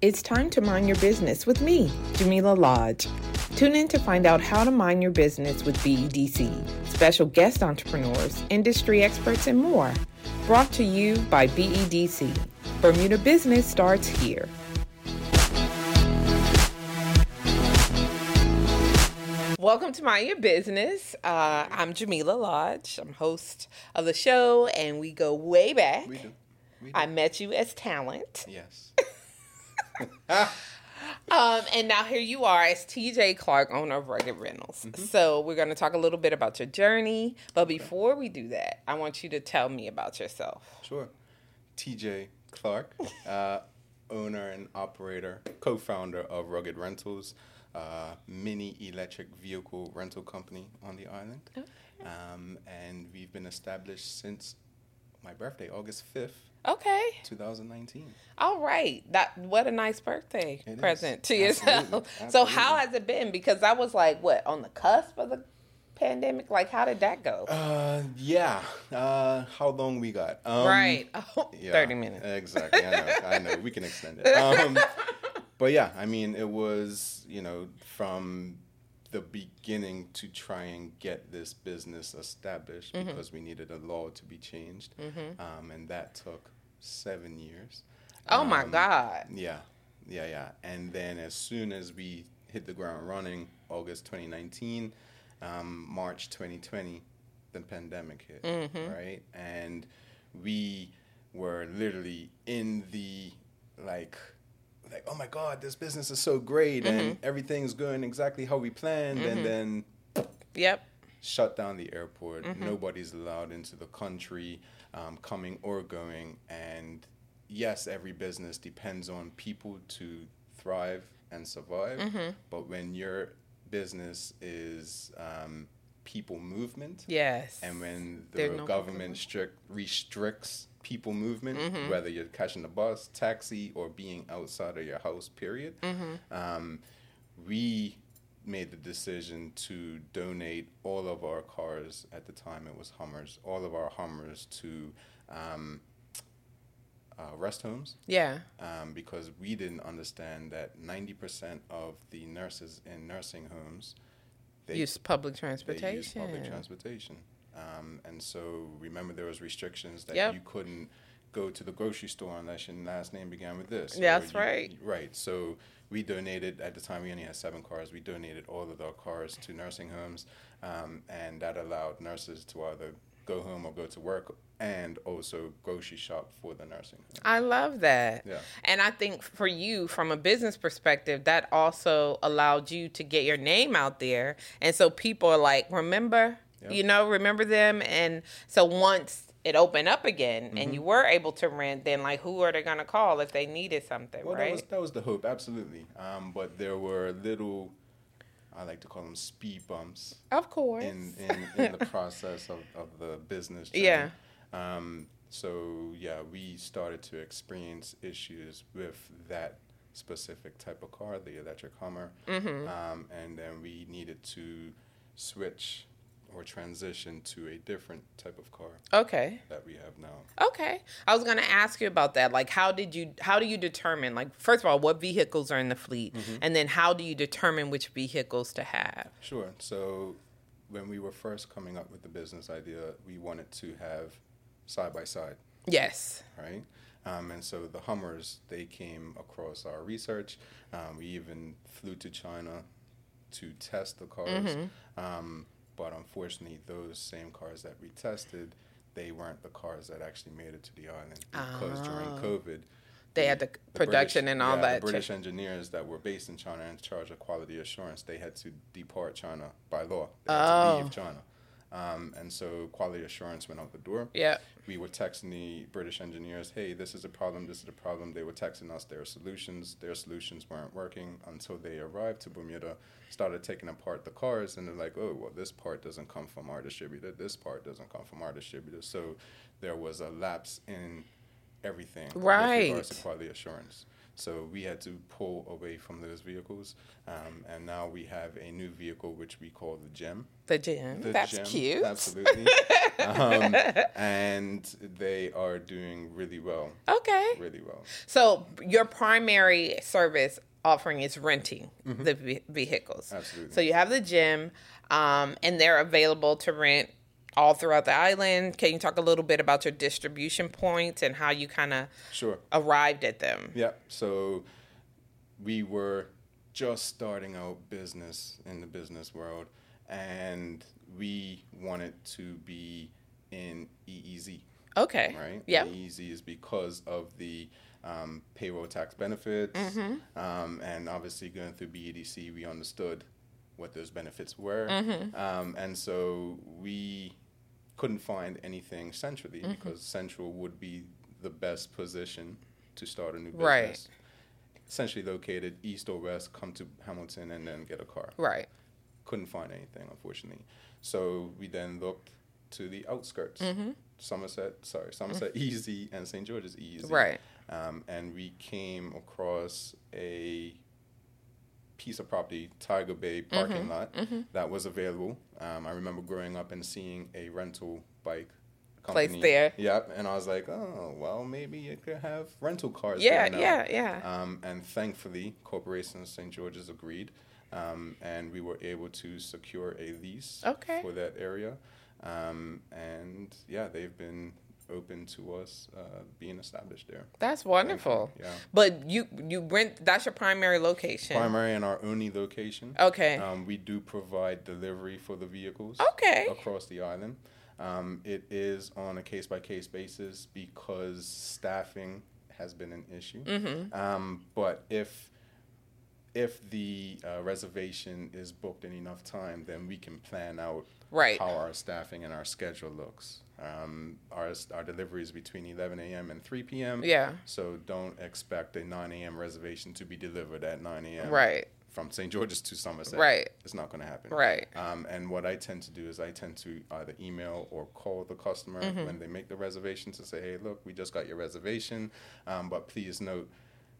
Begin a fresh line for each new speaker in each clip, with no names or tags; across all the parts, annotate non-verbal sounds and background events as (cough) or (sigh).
It's time to mind your business with me, Jamila Lodge. Tune in to find out how to mind your business with BEDC, special guest entrepreneurs, industry experts, and more. Brought to you by BEDC. Bermuda Business starts here. Welcome to Mind Your Business. Uh, I'm Jamila Lodge. I'm host of the show, and we go way back.
We do. We do.
I met you as talent.
yes.
Um, and now here you are as TJ Clark, owner of Rugged Rentals.
Mm-hmm.
So we're going to talk a little bit about your journey. But before we do that, I want you to tell me about yourself.
(laughs) Sure. TJ (laughs) Clark, uh, owner and operator, co founder of Rugged Rentals, uh, mini electric vehicle rental company on the island. Um, and we've been established since my birthday, August 5th,
Okay.
2019.
All right. That what a nice birthday
It is.
present to yourself. (laughs)
Absolutely.
So how
Absolutely.
has it been? Because I was like, what, on the cusp of the pandemic? Like how did that go?
Uh, yeah. Uh, how long we got? Um,
right. (laughs) Oh,
Yeah,
30 minutes.
Exactly. I know. I know. We can extend it. Um, but yeah, I mean, it was, you know, from the beginning to try and get this business established because we needed a law to be changed. Um, and that took seven years.
oh my
Um,
God.
Yeah. Yeah. Yeah. And then as soon as we hit the ground running, August 2019, um, March 2020, the pandemic hit, right? And we were literally in the like, like, oh my God, this business is so great and everything's going exactly how we planned. And then
Yep.
shut down the airport. Nobody's allowed into the country, um, coming or going. And yes, every business depends on people to thrive and survive. But when your business is um, people movement,
Yes.
and when the
There's no
government strict restricts people movement,
Mm-hmm.
whether you're catching a bus, taxi, or being outside of your house, period,
Mm-hmm.
um, we made the decision to donate all of our cars at the time it was Hummers, all of our Hummers to um, uh, rest homes
yeah.
um, because we didn't understand that 90% of the nurses in nursing homes they
Use public
they use
transportation.
public transportation. Um, and so remember there was restrictions that
Yep.
you couldn't go to the grocery store unless your last name began with this. or
That's
you-
right.
Right. So we donated at the time we only had seven cars. We donated all of our cars to nursing homes, um, and that allowed nurses to either go home or go to work, and also grocery shop for the nursing home.
I love that.
Yeah.
And I think for you, from a business perspective, that also allowed you to get your name out there. And so people are like, remember,
Yeah.
you know, remember them. And so once it opened up again
Mm-hmm.
and you were able to rent, then like, who are they going to call if they needed something,
Well, that
right?
was that was the hope, absolutely. Um, but there were little, I like to call them speed bumps.
of course.
in, in, in the process of, of the business journey.
Yeah.
Um, so yeah, we started to experience issues with that specific type of car, the electric Hummer, um, and then we needed to switch or transition to a different type of car
okay.
that we have now.
Okay. I was going to ask you about that. Like how did you how do you determine like first of all what vehicles are in the fleet
Mm-hmm.
and then how do you determine which vehicles to have?
Sure. So when we were first coming up with the business idea, we wanted to have side by side.
Yes.
right? Um, and so the Hummers, they came across our research. Um, we even flew to China to test the cars. Um, but unfortunately, those same cars that we tested, they weren't the cars that actually made it to the island because during COVID,
They had the
the
production
British-
and all
yeah,
that.
The British engineers that were based in China in charge of quality assurance, they had to depart China by law. They had
Oh.
to leave China. Um, and so quality assurance went out the door
Yeah.
we were texting the British engineers, hey, this is a problem, this is a problem. They were texting us their solutions. Their solutions weren't working until they arrived to Bermuda, started taking apart the cars, and they're like, oh, well, this part doesn't come from our distributor, this part doesn't come from our distributor. So there was a lapse in everything with regards to
Right.
quality assurance. So we had to pull away from those vehicles, um, and now we have a new vehicle which we call the Gem.
The gym.
The
That's
Gem,
cute.
absolutely.
(laughs)
um, and they are doing really well,
Okay.
really well.
So your primary service offering is renting the ve- vehicles.
Mm-hmm. Absolutely.
So you have the gym, um, and they're available to rent all throughout the island. Can you talk a little bit about your distribution points and how you kind of
Sure.
arrived at them?
Yep. So we were just starting out business in the business world, and we wanted to be in E EEZ,
Okay.
right?
Yeah.
And EEZ is because of the um, payroll tax benefits,
Mm-hmm.
um, and obviously going through BEDC, we understood what those benefits were,
Mm-hmm.
um, and so we couldn't find anything centrally
Mm-hmm.
because central would be the best position to start a new
Right.
business essentially located east or west, come to Hamilton and then get a car.
Right.
Couldn't find anything, unfortunately. So we then looked to the outskirts,
Mm-hmm.
Somerset, sorry, Somerset Easy and St. George's Easy.
Right.
E Um, and we came across a piece of property, Tiger Bay parking
Mm-hmm.
lot, that was available. Um, I remember growing up and seeing a rental bike company.
Place there.
Yep. And I was like, oh, well, maybe you could have rental cars
Yeah.
there now.
Yeah. Yeah.
Um, and thankfully, Corporation St. George's agreed, um, and we were able to secure a lease
Okay.
for that area. Um, and yeah, they've been open to us uh, being established there.
That's wonderful.
Yeah.
But you you rent. That's your primary location.
Primary and our only location.
Okay.
Um, we do provide delivery for the vehicles
Okay.
across the island. Um, it is on a case by case basis because staffing has been an issue.
Mm-hmm.
Um, but if if the uh, reservation is booked in enough time, then we can plan out
Right.
how our staffing and our schedule looks. Um, our our delivery is between 11 a.m. and 3 p.m.
Yeah.
So don't expect a 9 a.m. reservation to be delivered at 9 a.m.
Right.
From St. George's to Somerset.
Right.
It's not going to happen.
Right.
Um, and what I tend to do is I tend to either email or call the customer
Mm-hmm.
when they make the reservation to say, hey, look, we just got your reservation, um, but please note,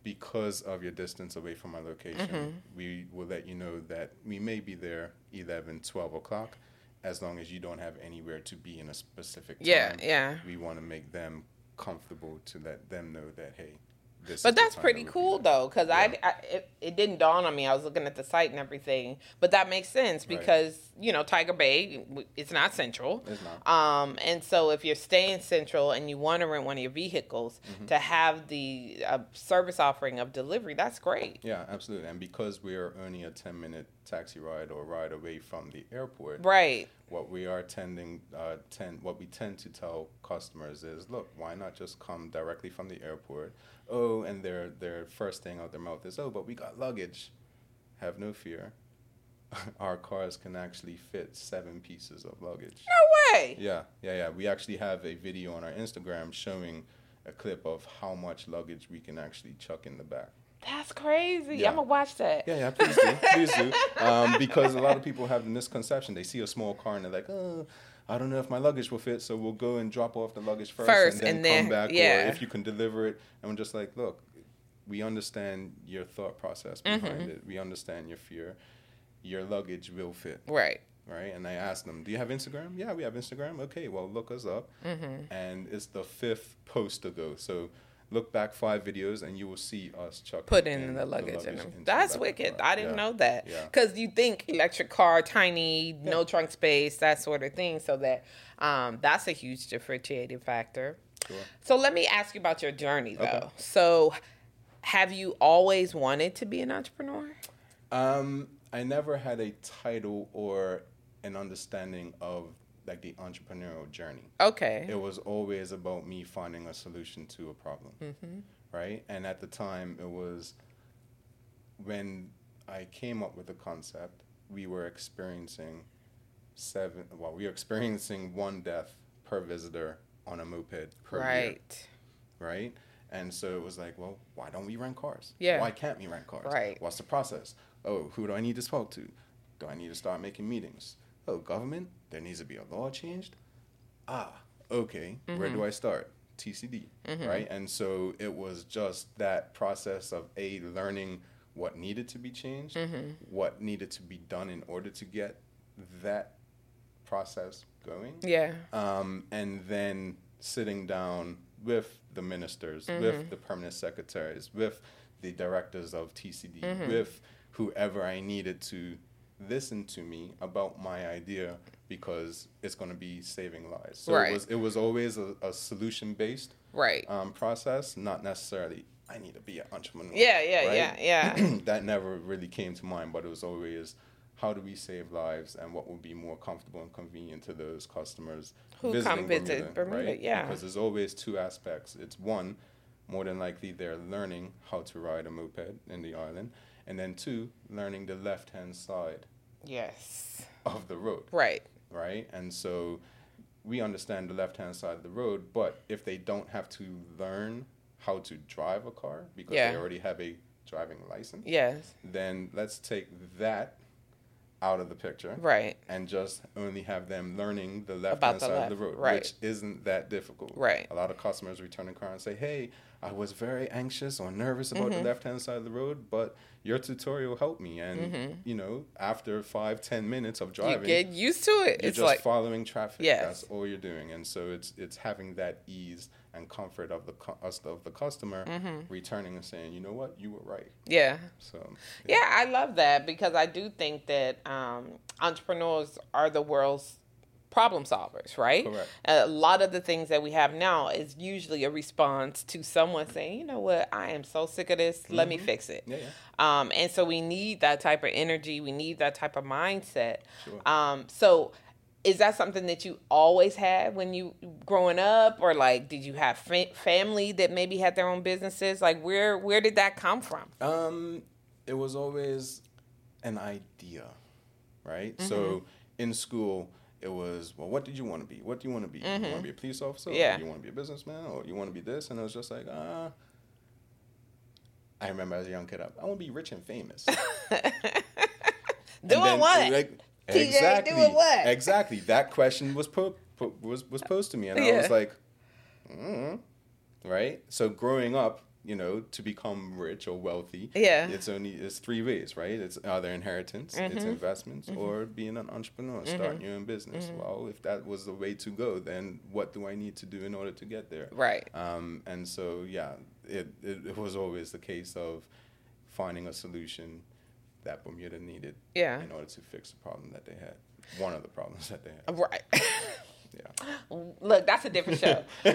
because of your distance away from our location,
Mm-hmm.
we will let you know that we may be there 11, 12 o'clock, as long as you don't have anywhere to be in a specific time.
Yeah, yeah.
We want to make them comfortable to let them know that, hey, this
But
is the
that's
time
pretty
that we'll be
cool
there.
though, because I, I it, it didn't dawn on me. I was looking at the site and everything, but that makes sense
Right.
because you know Tiger Bay, w- it's not central.
It's not.
Um, and so if you're staying central and you want to rent one of your vehicles
Mm-hmm.
to have the uh, service offering of delivery, that's great.
Yeah, absolutely. And because we are only a 10 minute taxi ride or ride away from the airport,
Right.
what we are tending uh, tend what we tend to tell customers is look why not just come directly from the airport oh and their their first thing out their mouth is oh but we got luggage have no fear (laughs) our cars can actually fit seven pieces of luggage
No way.
yeah yeah yeah we actually have a video on our instagram showing a clip of how much luggage we can actually chuck in the back
That's crazy.
Yeah.
I'm gonna watch that.
yeah, yeah, please do, please do, um, because a lot of people have the misconception. They see a small car and they're like, "Oh, I don't know if my luggage will fit, so we'll go and drop off the luggage first,
First, and then-
come back,
yeah.
or if you can deliver it." And we're just like, "Look, we understand your thought process behind
Mm-hmm.
it. We understand your fear. Your luggage will fit."
Right.
right? And I asked them, "Do you have Instagram?" Yeah, we have Instagram. Okay, well, look us up.
Mm-hmm.
And it's the fifth post to go. So look back five videos, and you will see us chuck
Put in the luggage in them. That's wicked. I didn't know that.
Yeah.
Because you think electric car, tiny, no trunk space, that sort of thing. So that um, that's a huge differentiating factor. So let me ask you about your journey, though.
Okay.
So have you always wanted to be an entrepreneur?
Um, I never had a title or an understanding of like the entrepreneurial journey.
Okay.
It was always about me finding a solution to a problem,
Mm-hmm.
right? And at the time, it was when I came up with the concept, we were experiencing seven. Well, we were (laughs) experiencing one death per visitor on a moped per year,
right.
right? And so it was like, well, why don't we rent cars?
Yeah.
Why can't we rent cars?
Right.
What's the process? Oh, who do I need to talk to? Do I need to start making meetings?
Mm-hmm.
Oh, government, there needs to be a law changed. Ah, okay. Where do I start? TCD, right? And so it was just that process of a learning what needed to be changed,
Mm-hmm.
what needed to be done in order to get that process going
Yeah.
um, and then sitting down with the ministers, with the permanent secretaries, with the directors of TCD, with whoever I needed to listen to me about my idea because it's going to be saving lives. So
Right.
it was it was always a, a solution based
Right.
um, process, not necessarily I need to be an entrepreneur.
Yeah, yeah, yeah,
yeah. (clears throat) that never really came to mind, but it was always how do we save lives and what would be more comfortable and convenient to those customers
Who come visit Bermuda, yeah.
Because there's always two aspects. It's one, more than likely they're learning how to ride a moped in the island, and then two, learning the left hand side
yes.
of the road
Right.
right? And so we understand the left hand side of the road, but if they don't have to learn how to drive a car because
Yeah.
they already have a driving license,
Yes.
then let's take that out of the picture
Right.
and just only have them learning the left
About
hand
the
side
left,
of the road,
right.
which isn't that difficult.
Right.
A lot of customers return a car and say, "Hey, I was very anxious or nervous about
Mm-hmm.
the left hand side of the road, but your tutorial helped me." And you know, after five ten minutes of
Mm-hmm. You
driving,
get used to it.
you're
it's
just
like
following traffic.
Yes.
That's all you're doing, and so it's it's having that ease and comfort of the cu- us- of the customer
Mm-hmm.
returning and saying, you know what, you were right.
yeah.
So
Yeah, I love that because I do think that um, entrepreneurs are the world's problem solvers, right?
Correct.
A lot of the things that we have now is usually a response to someone saying, you know what, I am so sick of this, let me fix it.
Mm-hmm. yeah, yeah.
Um, and so we need that type of energy, we need that type of mindset.
Sure.
Um, so is that something that you always had when you growing up or like did you have fa- family that maybe had their own businesses like where where did that come from
Um, it was always an idea, right?
Mm-hmm.
So in school, it was well, what did you want to be? What do you want to be? You want to be a police officer?
Mm-hmm. Yeah.
Or you want to be a businessman? Or you want to be this? And it was just like, ah. I remember as a young kid, I, I want to be rich and famous.
doing
And then,
what
like,
TJ,
exactly.
doing what?
Exactly. That question was po- po- was was posed to me, and I
Yeah.
was like, mm. right. So growing up, you know, to become rich or wealthy,
Yeah. Mm-hmm.
it's only it's three ways, right? It's either inheritance, it's investments, or being an entrepreneur, starting your own business.
Mm-hmm.
Well, if that was the way to go, then what do I need to do in order to get there?
Right.
Um, and so, yeah, it, it, it was always the case of finding a solution that Bermuda needed
Yeah.
in order to fix the problem that they had. One of the problems that they had.
Right.
Yeah.
(laughs) Look, that's a different show. (laughs)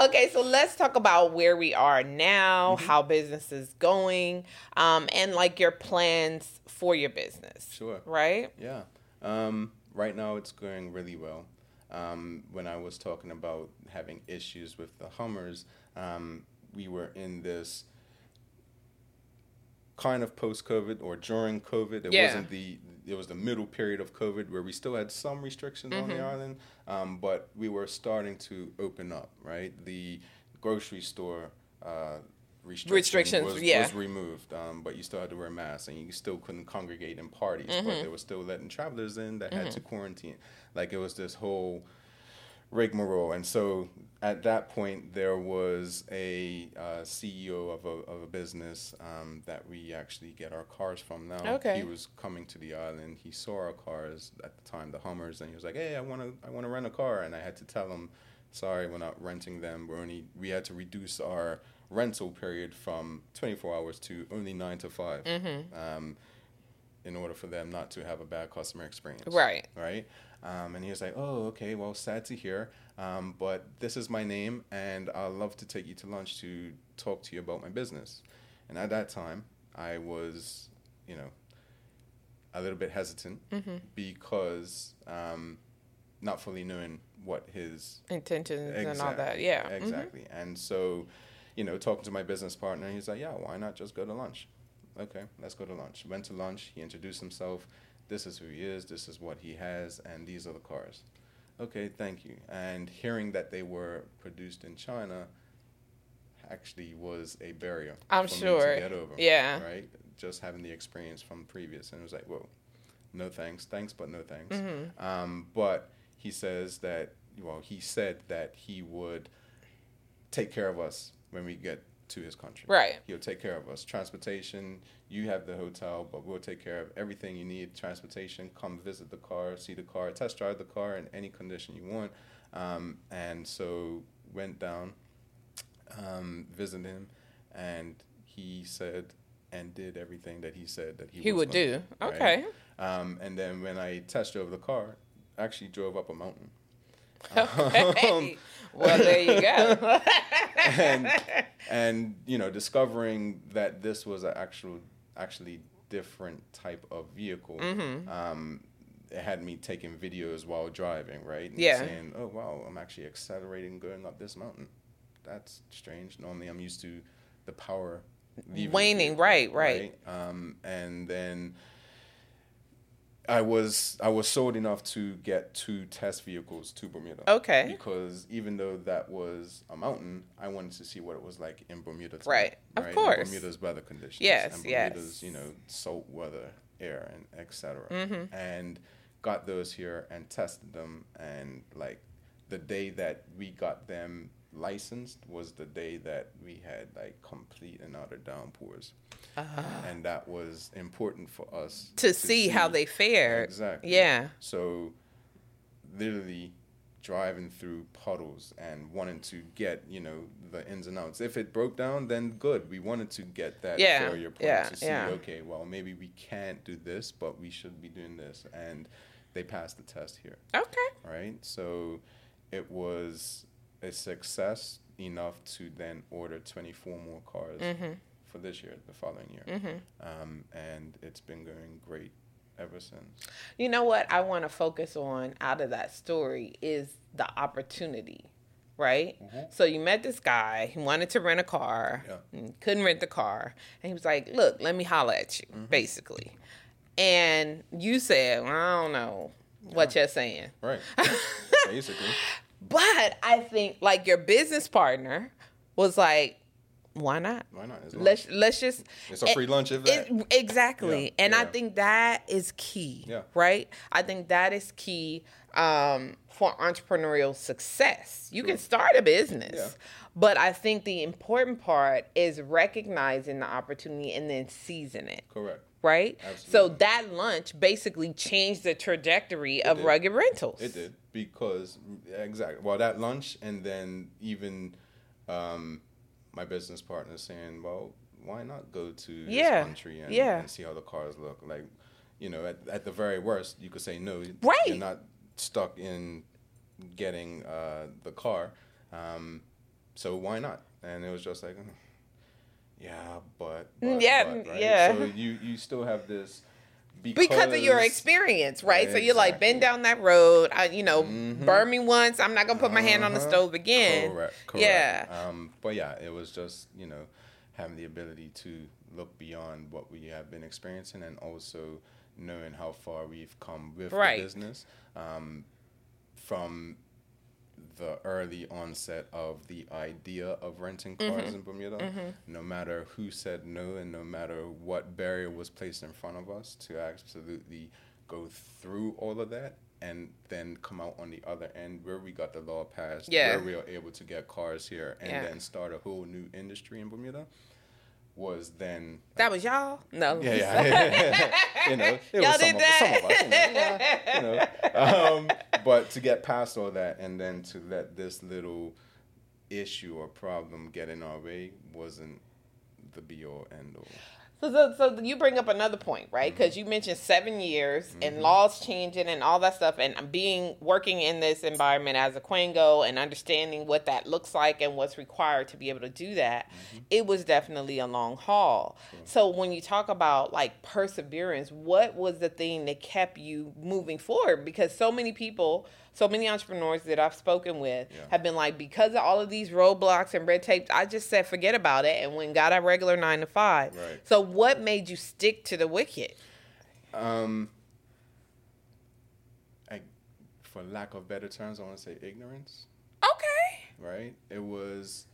okay, so let's talk about where we are now,
Mm-hmm.
how business is going, um, and like your plans for your business.
Sure.
Right?
Yeah. Um, right now, it's going really well. Um, when I was talking about having issues with the Hummers, um, we were in this kind of post COVID or during COVID. It
Yeah.
wasn't the it was the middle period of COVID where we still had some restrictions on the island, um, but we were starting to open up. Right, the grocery store. Uh, restriction
Restrictions,
was,
yeah.
was removed, um, but you still had to wear masks and you still couldn't congregate in parties,
Mm-hmm.
but they were still letting travelers in that had to quarantine. Like it was this whole rigmarole. And so at that point, there was a uh, CEO of a, of a business um, that we actually get our cars from now.
Okay.
He was coming to the island. He saw our cars at the time, the Hummers, and he was like, "Hey, I want to I want to rent a car." And I had to tell him, "Sorry, we're not renting them. We're only we had to reduce our rental period from 24 hours to only nine to 5
Mm-hmm.
um, in order for them not to have a bad customer experience."
Right.
right? Um, and he was like, "Oh, okay. Well, sad to hear, um, but this is my name, and I'd love to take you to lunch to talk to you about my business." And at that time, I was, you know, a little bit hesitant because um, not fully knowing what his
Intentions and all that. Yeah. Mhm.
Exactly. And so, you know, talking to my business partner, he's like, yeah, why not just go to lunch? Okay, let's go to lunch. Went to lunch. He introduced himself. This is who he is. This is what he has. And these are the cars. Okay, thank you. And hearing that they were produced in China actually was a barrier.
I'm
for me
sure.
to get over,
Yeah.
Right? Just having the experience from previous. And it was like, whoa, no thanks. Thanks, but no thanks. Um, but he says that well, he said that he would take care of us when we get to his country.
Right.
He'll take care of us. Transportation, you have the hotel, but we'll take care of everything you need. Transportation, come visit the car, see the car, test drive the car in any condition you want. Um, and so went down, um, visited him, and he said and did everything that he said that he,
He
was
would
gonna
do.
(laughs)
Okay.
Um, and then when I test drove the car, I actually drove up a mountain. (laughs) Um,
Okay. well, there you go. (laughs)
and and you know discovering that this was an actual actually different type of vehicle
Mm-hmm.
um, it had me taking videos while driving right and
Yeah.
saying oh wow i'm actually accelerating going up this mountain that's strange normally i'm used to the power leaving the
Waning,
vehicle,
right, right.
right? um, and then I was I was sold enough to get two test vehicles to Bermuda.
Okay.
Because even though that was a mountain, I wanted to see what it was like in Bermuda. too,
Right. Of
And
course.
Bermuda's weather conditions.
Yes,
And
yes.
Bermuda's you know salt weather, air, and etc.
Mm-hmm.
And got those here and tested them and like the day that we got them licensed was the day that we had like complete and utter downpours and that was important for us
Uh-huh. to see how they fared.
Exactly.
Yeah.
So, literally driving through puddles and wanting to get you know the ins and outs. If it broke down, then good. We wanted to get that
Yeah,
failure point
yeah,
to see.
yeah.
Okay, well maybe we can't do this, but we should be doing this. And they passed the test here
Okay.
right? So it was a success enough to then order 24 more cars
Mm-hmm.
for this year, the following year. Um, and it's been going great ever since.
You know what I want to focus on out of that story is the opportunity, right? So you met this guy, he wanted to rent a car,
Mm-hmm. Yeah.
and couldn't rent the car, and he was like, "Look, let me holler at you,"
Mm-hmm.
basically. And you said, well, "I don't know what you're saying." (laughs)
Right. Basically.
But I think like your business partner was like, "Why not?"
Why not? It's
Let's let's just
It's a free lunch if that.
it- exactly.
Yeah,
And I
yeah.
think that is key.
Yeah.
Right? I think that is key um, for entrepreneurial success. You can start a business.
Yeah.
But I think the important part is recognizing the opportunity and then seizing it.
correct.
Right? So
Absolutely.
that lunch basically changed the trajectory of
did.
rugged rentals.
It did because exactly. Well, that lunch and then even um, my business partner saying, "Well, why not go to this
Yeah,
country and,
yeah.
and see how the cars look?" Like, you know, at, at the very worst, you could say no.
Right.
You're not stuck in getting uh, the car, um, so why not? And it was just like. "Mm, Yeah, but, but
Yeah,
but," right?
yeah.
So you you still have this
because of your experience, right? So you're like, been
Exactly.
down
Mm-hmm.
that road. I, you know, burn me once. I'm not gonna put my hand on the
Uh-huh.
stove again.
Correct. correct.
Yeah.
Um, but yeah, it was just you know having the ability to look beyond what we have been experiencing and also knowing how far we've come with
Right.
the business um, from the early onset of the idea of renting
Mm-hmm.
cars in Bermuda, no matter who said no and no matter what barrier was placed in front of us, to absolutely go through all of that and then come out on the other end where we got the law passed,
Yeah.
where we are able to get cars here and
Yeah.
then start a whole new industry in Bermuda was then
That was y'all. No.
(laughs) yeah, yeah. you know,
Y'all
it was some
did
of,
that.
some of us. You
(laughs)
know, yeah, you know. Um, but to get past all that and then to let this little issue or problem get in our way wasn't the be all end all.
So, so, so you bring up another point, right? Because you mentioned seven years and laws changing and all that stuff, and being working in this environment as a Quango and understanding what that looks like and what's required to be able to do that. It was definitely a long haul. So when you talk about like perseverance, what was the thing that kept you moving forward? Because so many people, so many entrepreneurs that I've spoken with
Yeah.
have been like, because of all of these roadblocks and red tape, I just said forget about it and went got a regular nine to five.
Right.
So what made you stick to the wicket?
Um, I, for lack of better terms, I want to say ignorance.
Okay.
right? It was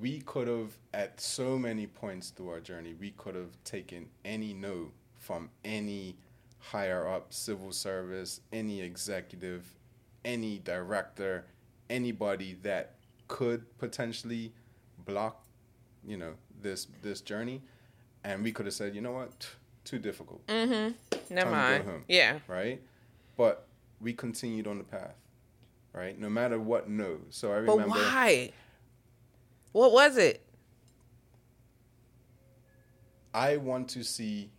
we could have at so many points through our journey, we could have taken any no from any higher up civil service, any executive, any director, anybody that could potentially block, you know, this this journey, and we could have said, you know what, too difficult,
Mm. Never
Time to
mind.
go home.
Yeah.
right? But we continued on the path, right? No matter what, no. So I
But
remember.
why? What was it?
I want to see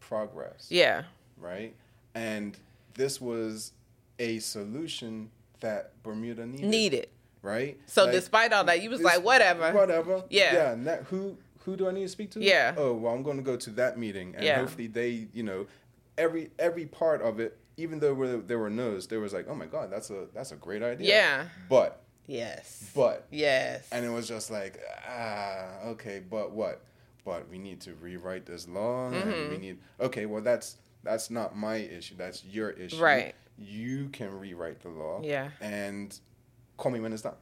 progress,
Yeah.
right? And this was a solution that Bermuda needed,
Need it.
right?
So
Like,
despite all that, you was
this-
like, whatever.
whatever,
Yeah.
yeah. and that- who who do I need to speak to?
Yeah.
Oh well, I'm going to go to that meeting, and
Yeah.
hopefully they, you know, every every part of it. Even though where there were no's, there was like, oh my god, that's a that's a great idea.
Yeah.
But
Yes.
but
Yes.
and it was just like, ah, okay, but what? But we need to rewrite this law. And
Mm-hmm.
we need okay. Well, that's that's not my issue. That's your issue.
Right.
You can rewrite the law.
Yeah.
And call me when
(laughs)
it's done.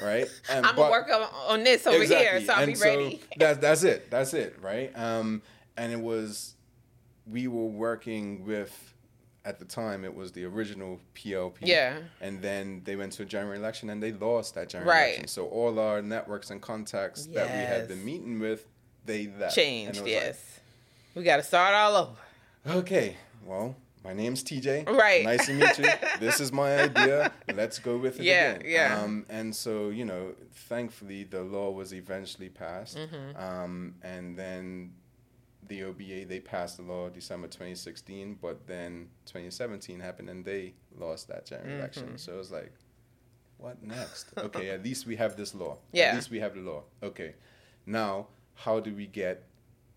Right. And,
I'm
but-
gonna work on, on this over here, so I'll
and
be ready. (laughs)
that's that's it. That's it. Right. Um. And it was, we were working with, at the time it was the original PLP.
Yeah.
And then they went to a general election and they lost that general
Right.
election. So all our networks and contacts that we
Yes.
had been meeting with, they left. And
Changed.
it was like,
Yes. we got to start all over.
Okay. Well, my name's TJ.
Right.
Nice
(laughs)
to meet you. this is my idea. Let's go with it
Yeah,
again.
yeah.
Um, and so, you know, thankfully the law was eventually passed.
Mm-hmm.
Um, and then the OBA, they passed the law December 2016, but then 2017 happened and they lost that general
Mm-hmm.
election. So it was like, what next?
(laughs)
Okay, at least we have this law.
Yeah.
At least we have the law. Okay. Now, how do we get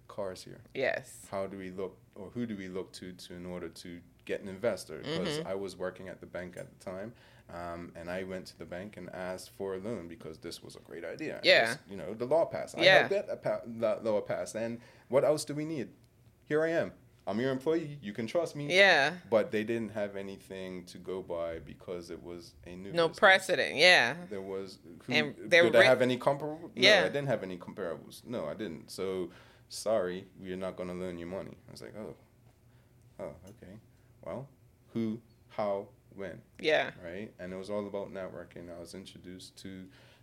cars here?
Yes.
how do we look or who do we look to, to in order to get an investor
Mm-hmm.
because i was working at the bank at the time um, and i went to the bank and asked for a loan because this was a great idea And
Yeah.
this, you know the law passed i
Yeah.
helped get that, pa- that law passed and what else do we need here i am i'm your employee you can trust me
Yeah.
but they didn't have anything to go by because it was a new
No
business.
precedent. Yeah.
There was. Who,
Mm-hmm. And they
did
were
I
ri-
have any comparable?
Yeah.
No, I didn't have any comparables. No, I didn't. So, sorry, we are not going to loan you money. I was like, oh, oh, okay. Well, who, how, when,
Yeah.
right? And it was all about networking. I was introduced to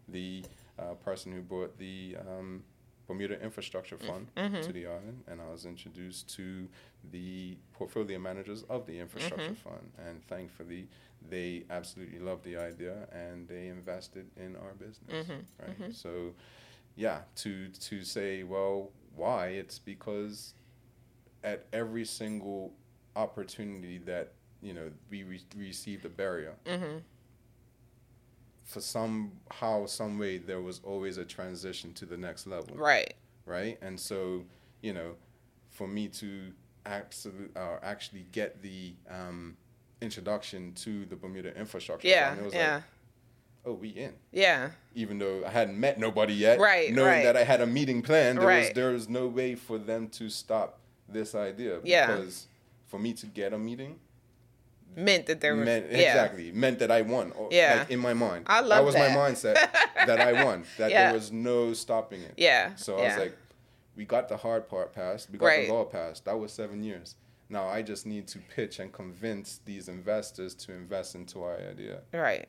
the uh, person who brought the um, Bermuda Infrastructure Fund to the island, and I was introduced to the portfolio managers of the Infrastructure Fund. And thankfully, they absolutely loved the idea and they invested in our business, right? So, yeah, to to say, well, why? It's because at every single opportunity that you know we re- received a barrier
Mm-hmm.
for somehow some way there was always a transition to the next level
Right.
right? And so, you know, for me to absolute or actually get the um, introduction to the Bermuda infrastructure,
Yeah.
Fund, it was
Yeah.
like, oh, we in.
Yeah.
Even though I hadn't met nobody yet,
Right,
knowing
right.
that I had a meeting planned, there was
Right.
there was no way for them to stop this idea
Yeah.
because for me to get a meeting
Meant that there was.
meant
yeah.
exactly meant that I won. or,
Yeah.
like, in my mind,
I love
that was
that. (laughs)
my mindset that I won. That
Yeah.
there was no stopping it.
Yeah.
So I
yeah.
was like, we got the hard part passed. We got
Right.
the law passed. That was seven years. Now I just need to pitch and convince these investors to invest into our idea.
Right.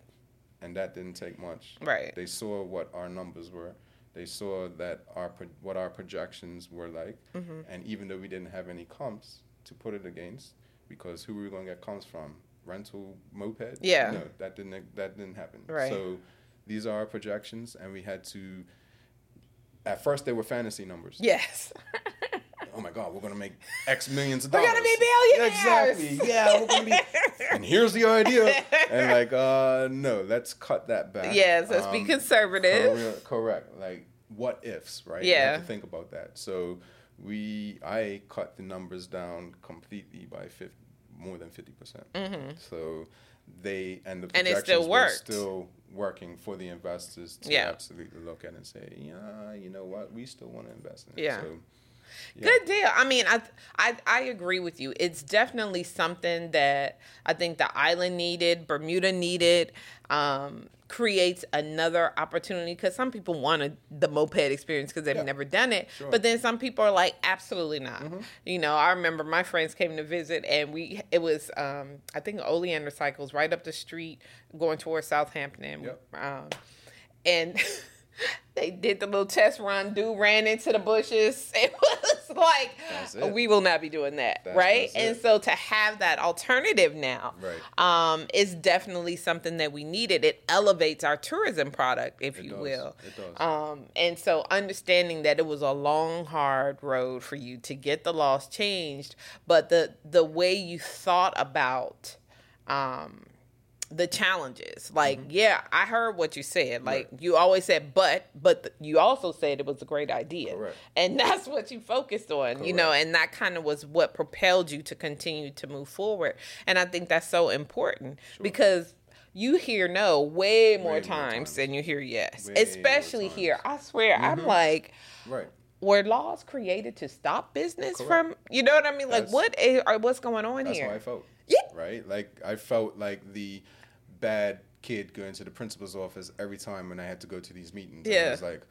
And that didn't take much.
Right.
They saw what our numbers were. They saw that our pro- what our projections were like.
Mm-hmm.
And even though we didn't have any comps to put it against, because who were we going to get comps from? Rental moped?
Yeah.
No, that didn't e, that didn't happen.
Right.
So these are our projections, and we had to. At first, they were fantasy numbers (laughs)
Yes.
oh my god, we're gonna make X millions of
We're
dollars.
gonna be billionaires.
Exactly. Yeah, we're gonna be. and here's the idea. And like, uh, no, let's cut that back.
(laughs) yes. Let's be
Um,
conservative.
corre- Correct. Like, what ifs, right? You
Yeah.
have to think about that. So we, I cut the numbers down completely by 50, more than fifty percent. So they and the
Mm-hmm. And it
projections
still
were
worked.
still working for the investors to
Yeah.
absolutely look at and say, yeah, you know what, we still want to invest in it.
Yeah.
So
Good deal. I mean, I, I I agree with you. It's definitely something that I think the island needed, Bermuda needed, um, creates another opportunity because some people wanted the moped experience because they've never done it. But then some people are like, absolutely not.
Mm-hmm.
You know, I remember my friends came to visit and we it was um, I think Oleander Cycles right up the street going towards Southampton.
Yep.
Um, and (laughs) they did the little test run. Dude ran into the bushes. (laughs) It was like
That's it.
we will not be doing that,
That's-
right?
that's
And
it.
so to have that alternative now,
Right.
um, is definitely something that we needed. It elevates our tourism product, if you
does.
will.
It does.
Um, and so understanding that it was a long, hard road for you to get the laws changed, but the the way you thought about um the challenges like yeah i heard what you said like you always said but but th- you also said it was a great idea
Correct.
and (laughs) that's what you focused on you know and that kind of was what propelled you to continue to move forward and i think that's so important because you hear no way more,
more
times,
times.
than you hear yes
Way more
especially
times.
here i swear i'm
Mm-hmm.
like
Right.
were laws created to stop business from you know what i mean like
That's-
what is, or what's going on
That's
here
how I felt.
Yeah.
Right? Like I felt like the bad kid going to the principal's office every time when I had to go to these meetings. And
Yeah.
I was like,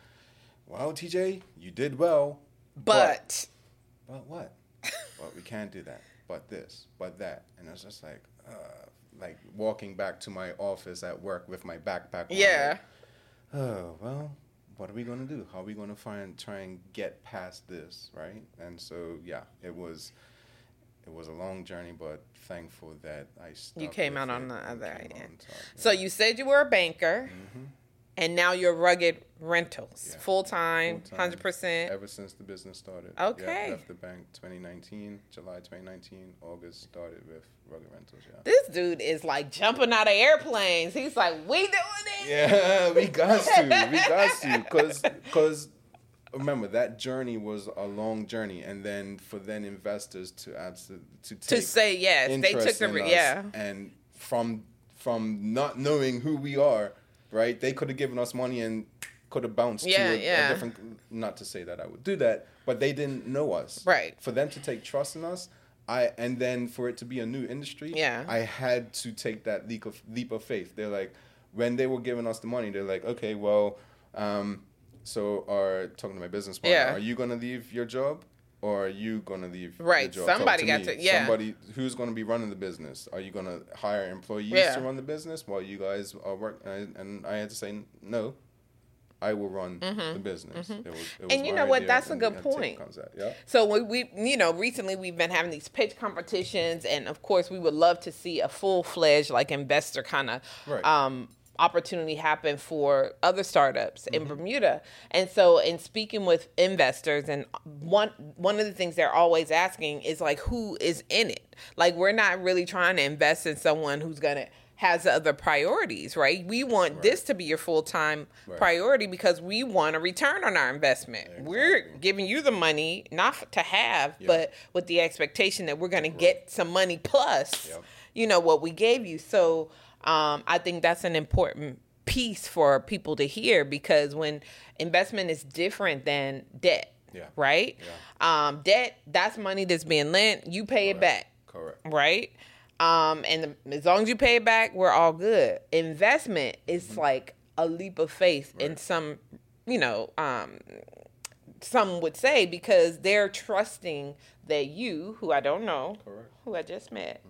Well, TJ, you did well.
but
But
(laughs)
what? but we can't do that. But this. But that. And I was just like, uh, like walking back to my office at work with my backpack. on,
yeah
like, oh well what are we going to do how are we going to find try and get past this right and so yeah it was it was a long journey but thankful that i stuck
came
with
out on
it
the
and
other
came out
end.
on top.
So you said you were a banker, and now you're rugged rentals,
Mm-hmm. Yeah.
full time,
Full-time.
hundred percent.
ever since the business started
Okay.
yeah, left the bank 2019 july 2019 august started with rugged rentals
(laughs)
yeah
This dude is like jumping out of airplanes. He's like, "We doing it."
yeah we got to we got to because because remember that journey was a long journey and then for then investors to absolutely to take
To say yes, they took
interest
the
in
re-
us,
yeah.
and from from not knowing who we are right they could have given us money and could have bounced
Yeah,
to a, a
yeah.
different not to say that i would do that but they didn't know us
Right.
for them to take trust in us I, and then for it to be a new industry,
Yeah.
I had to take that leap of leap of faith. They're like, when they were giving us the money, they're like, okay, well, um, so are talking to my business partner,
Yeah.
are you gonna leave your job, or are you gonna leave
Right,
your job. Talk
somebody got
me.
to- yeah.
Somebody who's going to be running the business. Are you going to hire employees
Yeah.
to run the business while you guys are work? And, and I had to say no. I will run the business. It was, it was
Mm-hmm. And you
my
know what?
idea,
That's a
and
good
it took-
point.
comes out, Yeah.
So we, we, you know, recently we've been having these pitch competitions, and of course, we would love to see a full fledged like investor kind of
Right.
um, opportunity happen for other startups in Bermuda. And so, in speaking with investors, and one one of the things they're always asking is like, who is in it? Like, we're not really trying to invest in someone who's gonna has other priorities, right? We want this to be your full time priority because we want a return on our investment. We're giving you the money, not f- to have, but with the expectation that we're going to get some money plus,
Yep.
you know, what we gave you. So um, I think that's an important piece for people to hear because when investment is different than debt,
Yeah.
right? Um, debt, that's money that's being lent, you pay it back
Correct.
right? Um, and the, as long as you pay it back, we're all good. Investment is
Mm-hmm.
like a leap of faith in some, you know, um, some would say because they're trusting that you, who I don't know,
Correct. Mm-hmm.
who I just met,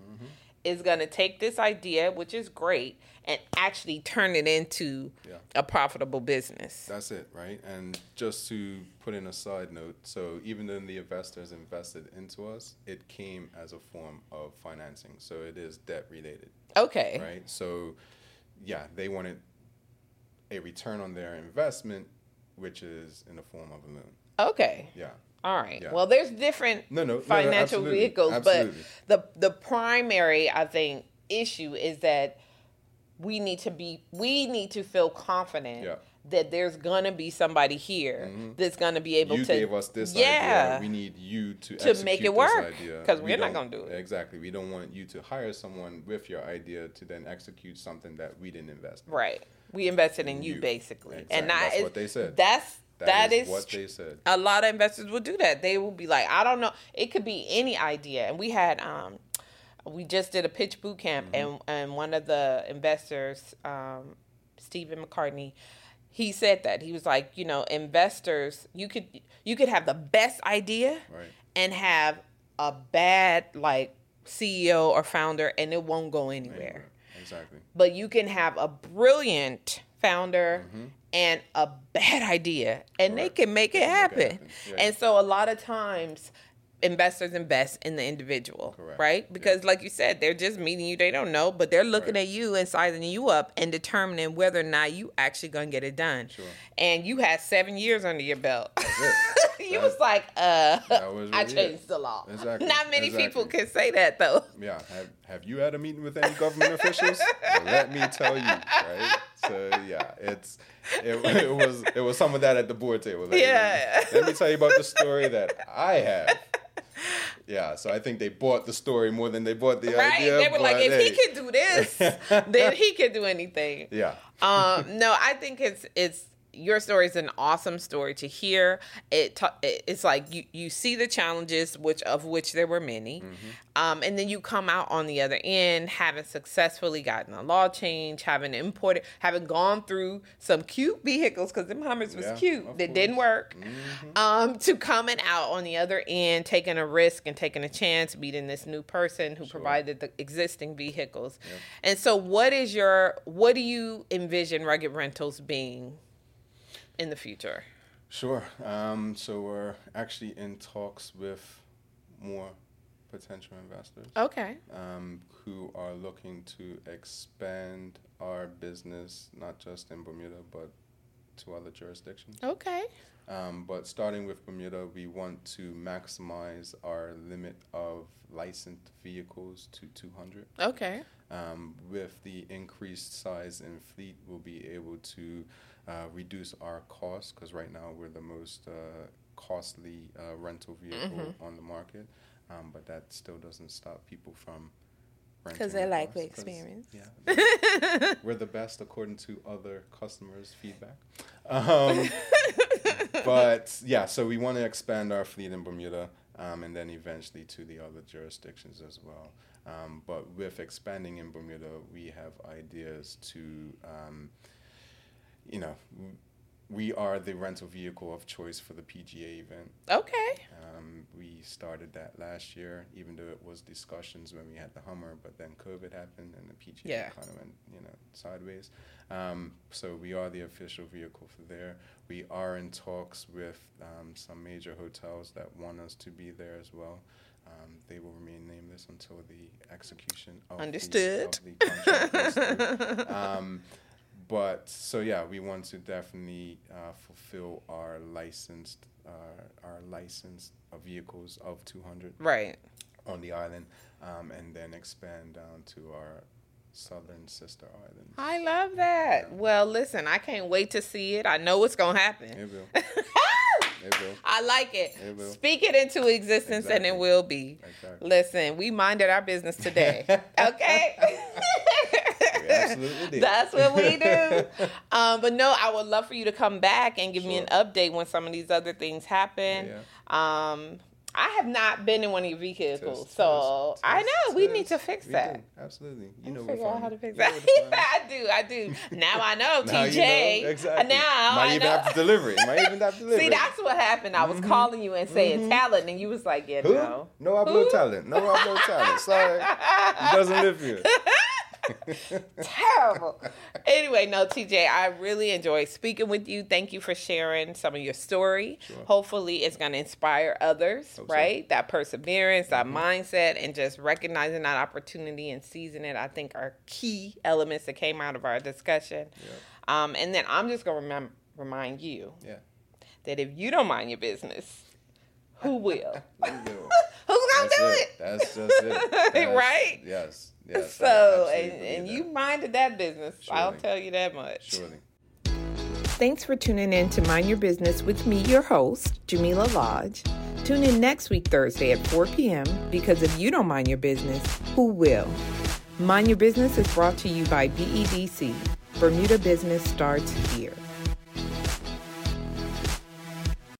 is going to take this idea, which is great, and actually turn it into
Yeah.
a profitable business.
That's it, right? And just to put in a side note, so even though the investors invested into us, it came as a form of financing. So it is debt related.
Okay.
right? So, yeah, they wanted a return on their investment, which is in the form of a loan.
Okay.
Yeah,
All right.
Yeah.
Well, there's different
No, no, no, no,
financial
absolutely,
vehicles,
absolutely.
but the the primary I think issue is that we need to be we need to feel confident
Yeah. Mm-hmm.
that there's gonna be somebody here that's gonna be able
you
to
gave us this
yeah.
idea. We need you to
To
execute
make it
this
work,
idea.
'cause
We
we're not
don't-
gonna do it.
Exactly. We don't want you to hire someone with your idea to then execute something that we didn't invest. in.
Right. We invested in you,
You.
basically,
Exactly. That's
it's-
what they said.
That's That is
what
tr-
they said.
a lot of investors will do that. They will be like, I don't know. It could be any idea. And we had um we just did a pitch boot camp and and one of the investors, um, Stephen McCartney, he said that. He was like, you know, investors, you could you could have the best idea
Right.
and have a bad like CEO or founder and it won't go anywhere
Exactly.
but you can have a brilliant founder
Mm-hmm.
and a bad idea and they can make it happen,
happen, yeah.
and so a lot of times investors invest in the individual
Correct,
right
yeah.
because like you said they're just meeting you they don't know but they're looking at you and sizing you up and determining whether or not you actually gonna get it done and you had seven years under your belt
it.
(laughs) you
That-
was like uh
was
i
really it.
changed the law
Exactly,
not many people
exactly.
can say that though
Yeah. Have Have you had a meeting with any government officials? Well, let me tell you. Right. So yeah, it's it, (laughs) it was it was some of that at the board table. Like,
Yeah.
Let me tell you about the story that I have. Yeah. So I think they bought the story more than they bought the
right?
idea.
they were like,
but
if
hey,
he can do
(laughs)
this, then he can do anything.
Yeah.
Um, no, I think it's it's your story is an awesome story to hear. It ta- it- it's like you you see the challenges, which of which there were many,
Mm-hmm.
um, and then you come out on the other end having successfully gotten a law change, having imported, having gone through some cute vehicles because them Hummers was
Yeah,
cute
of
that didn't
course.
work
Mm-hmm.
um, to coming out on the other end, taking a risk and taking a chance, meeting this new person who provided the existing vehicles. And so, what is your what do you envision Rugged Rentals being in the future?
Sure. Um, so we're actually in talks with more potential investors
Okay,
um, who are looking to expand our business, not just in Bermuda, but to other jurisdictions.
okay,
Um, but starting with Bermuda, we want to maximize our limit of licensed vehicles to 200.
okay,
Um, with the increased size in fleet, we'll be able to uh, reduce our costs because right now we're the most uh, costly uh, rental vehicle
Mm-hmm.
on the market. Um, but that still doesn't stop people from renting.
they
with
like
us
the
'cause,
experience.
Yeah, we're the best according to other customers' feedback. Um, but yeah, so we want to expand our fleet in Bermuda um, and then eventually to the other jurisdictions as well. Um, but with expanding in Bermuda, we have ideas to, um, you know, w- we are the rental vehicle of choice for the PGA event.
okay,
Um, we started that last year, even though it was discussions when we had the Hummer, but then COVID happened and the PGA
Yeah.
kind of went, you know, sideways. Um, so we are the official vehicle for there. We are in talks with um, some major hotels that want us to be there as well. Um, they will remain nameless until the execution of the- of
Understood.
the contract goes through. um, but so yeah, we want to definitely uh, fulfill our licensed uh, our licensed uh, vehicles of 200
right,
on the island, um, and then expand down to our southern sister island.
I love that. Well, listen, I can't wait to see it. I know what's gonna happen.
It will. it will.
(laughs) I like it.
It will.
Speak it into existence and it
Exactly.
will be.
Exactly.
Listen, we minded our business
(laughs)
today. Okay?
We absolutely did.
That's what we
(laughs)
do. Um, but no, I would love for you to come back and give me an
Sure.
update when some of these other things happen.
Yeah.
Um, I have not been in one of your vehicles,
Test,
so
test,
I
test,
know we
test.
need to fix
We
that.
do. Absolutely. You know
Figure
we're
out how to fix
you know
that.
where to find
(laughs) I do, I do. Now I know,
(laughs) Now
TJ.
you know. Exactly.
Now
Might
I
even
know. (laughs)
have to deliver it. Might even have to deliver
See,
it. Mm-hmm.
that's what happened. I was calling you and saying talent, and you was like, yeah,
Who? (laughs)
no.
No upload talent. No upload
(laughs)
talent. Sorry. He doesn't live here.
Terrible. (laughs) anyway, no, TJ, I really enjoy speaking with you. Thank you for sharing some of your story. Hopefully, it's going to inspire others,
Hope so. Mm-hmm.
right? That perseverance, that mindset, and just recognizing that opportunity and seizing it, I think are key elements that came out of our discussion. Um, and then I'm just going to remember. Remind you
Yeah.
that if you don't mind your business,
(laughs)
who will?
There you go.
Who's gonna
That's
do
it.
it?
That's just it.
(laughs)
That's-
Right?
Yes. Yes. I
So,
absolutely
and,
believe
and
that.
you minded that business. I'll
Surely.
tell you that much.
surely.
Thanks for tuning in to Mind Your Business with me, your host, Jamila Lodge. Tune in next week, Thursday at 4 p.m. because if you don't mind your business, who will? E Mind Your Business is brought to you by BEDC. Bermuda Business starts here.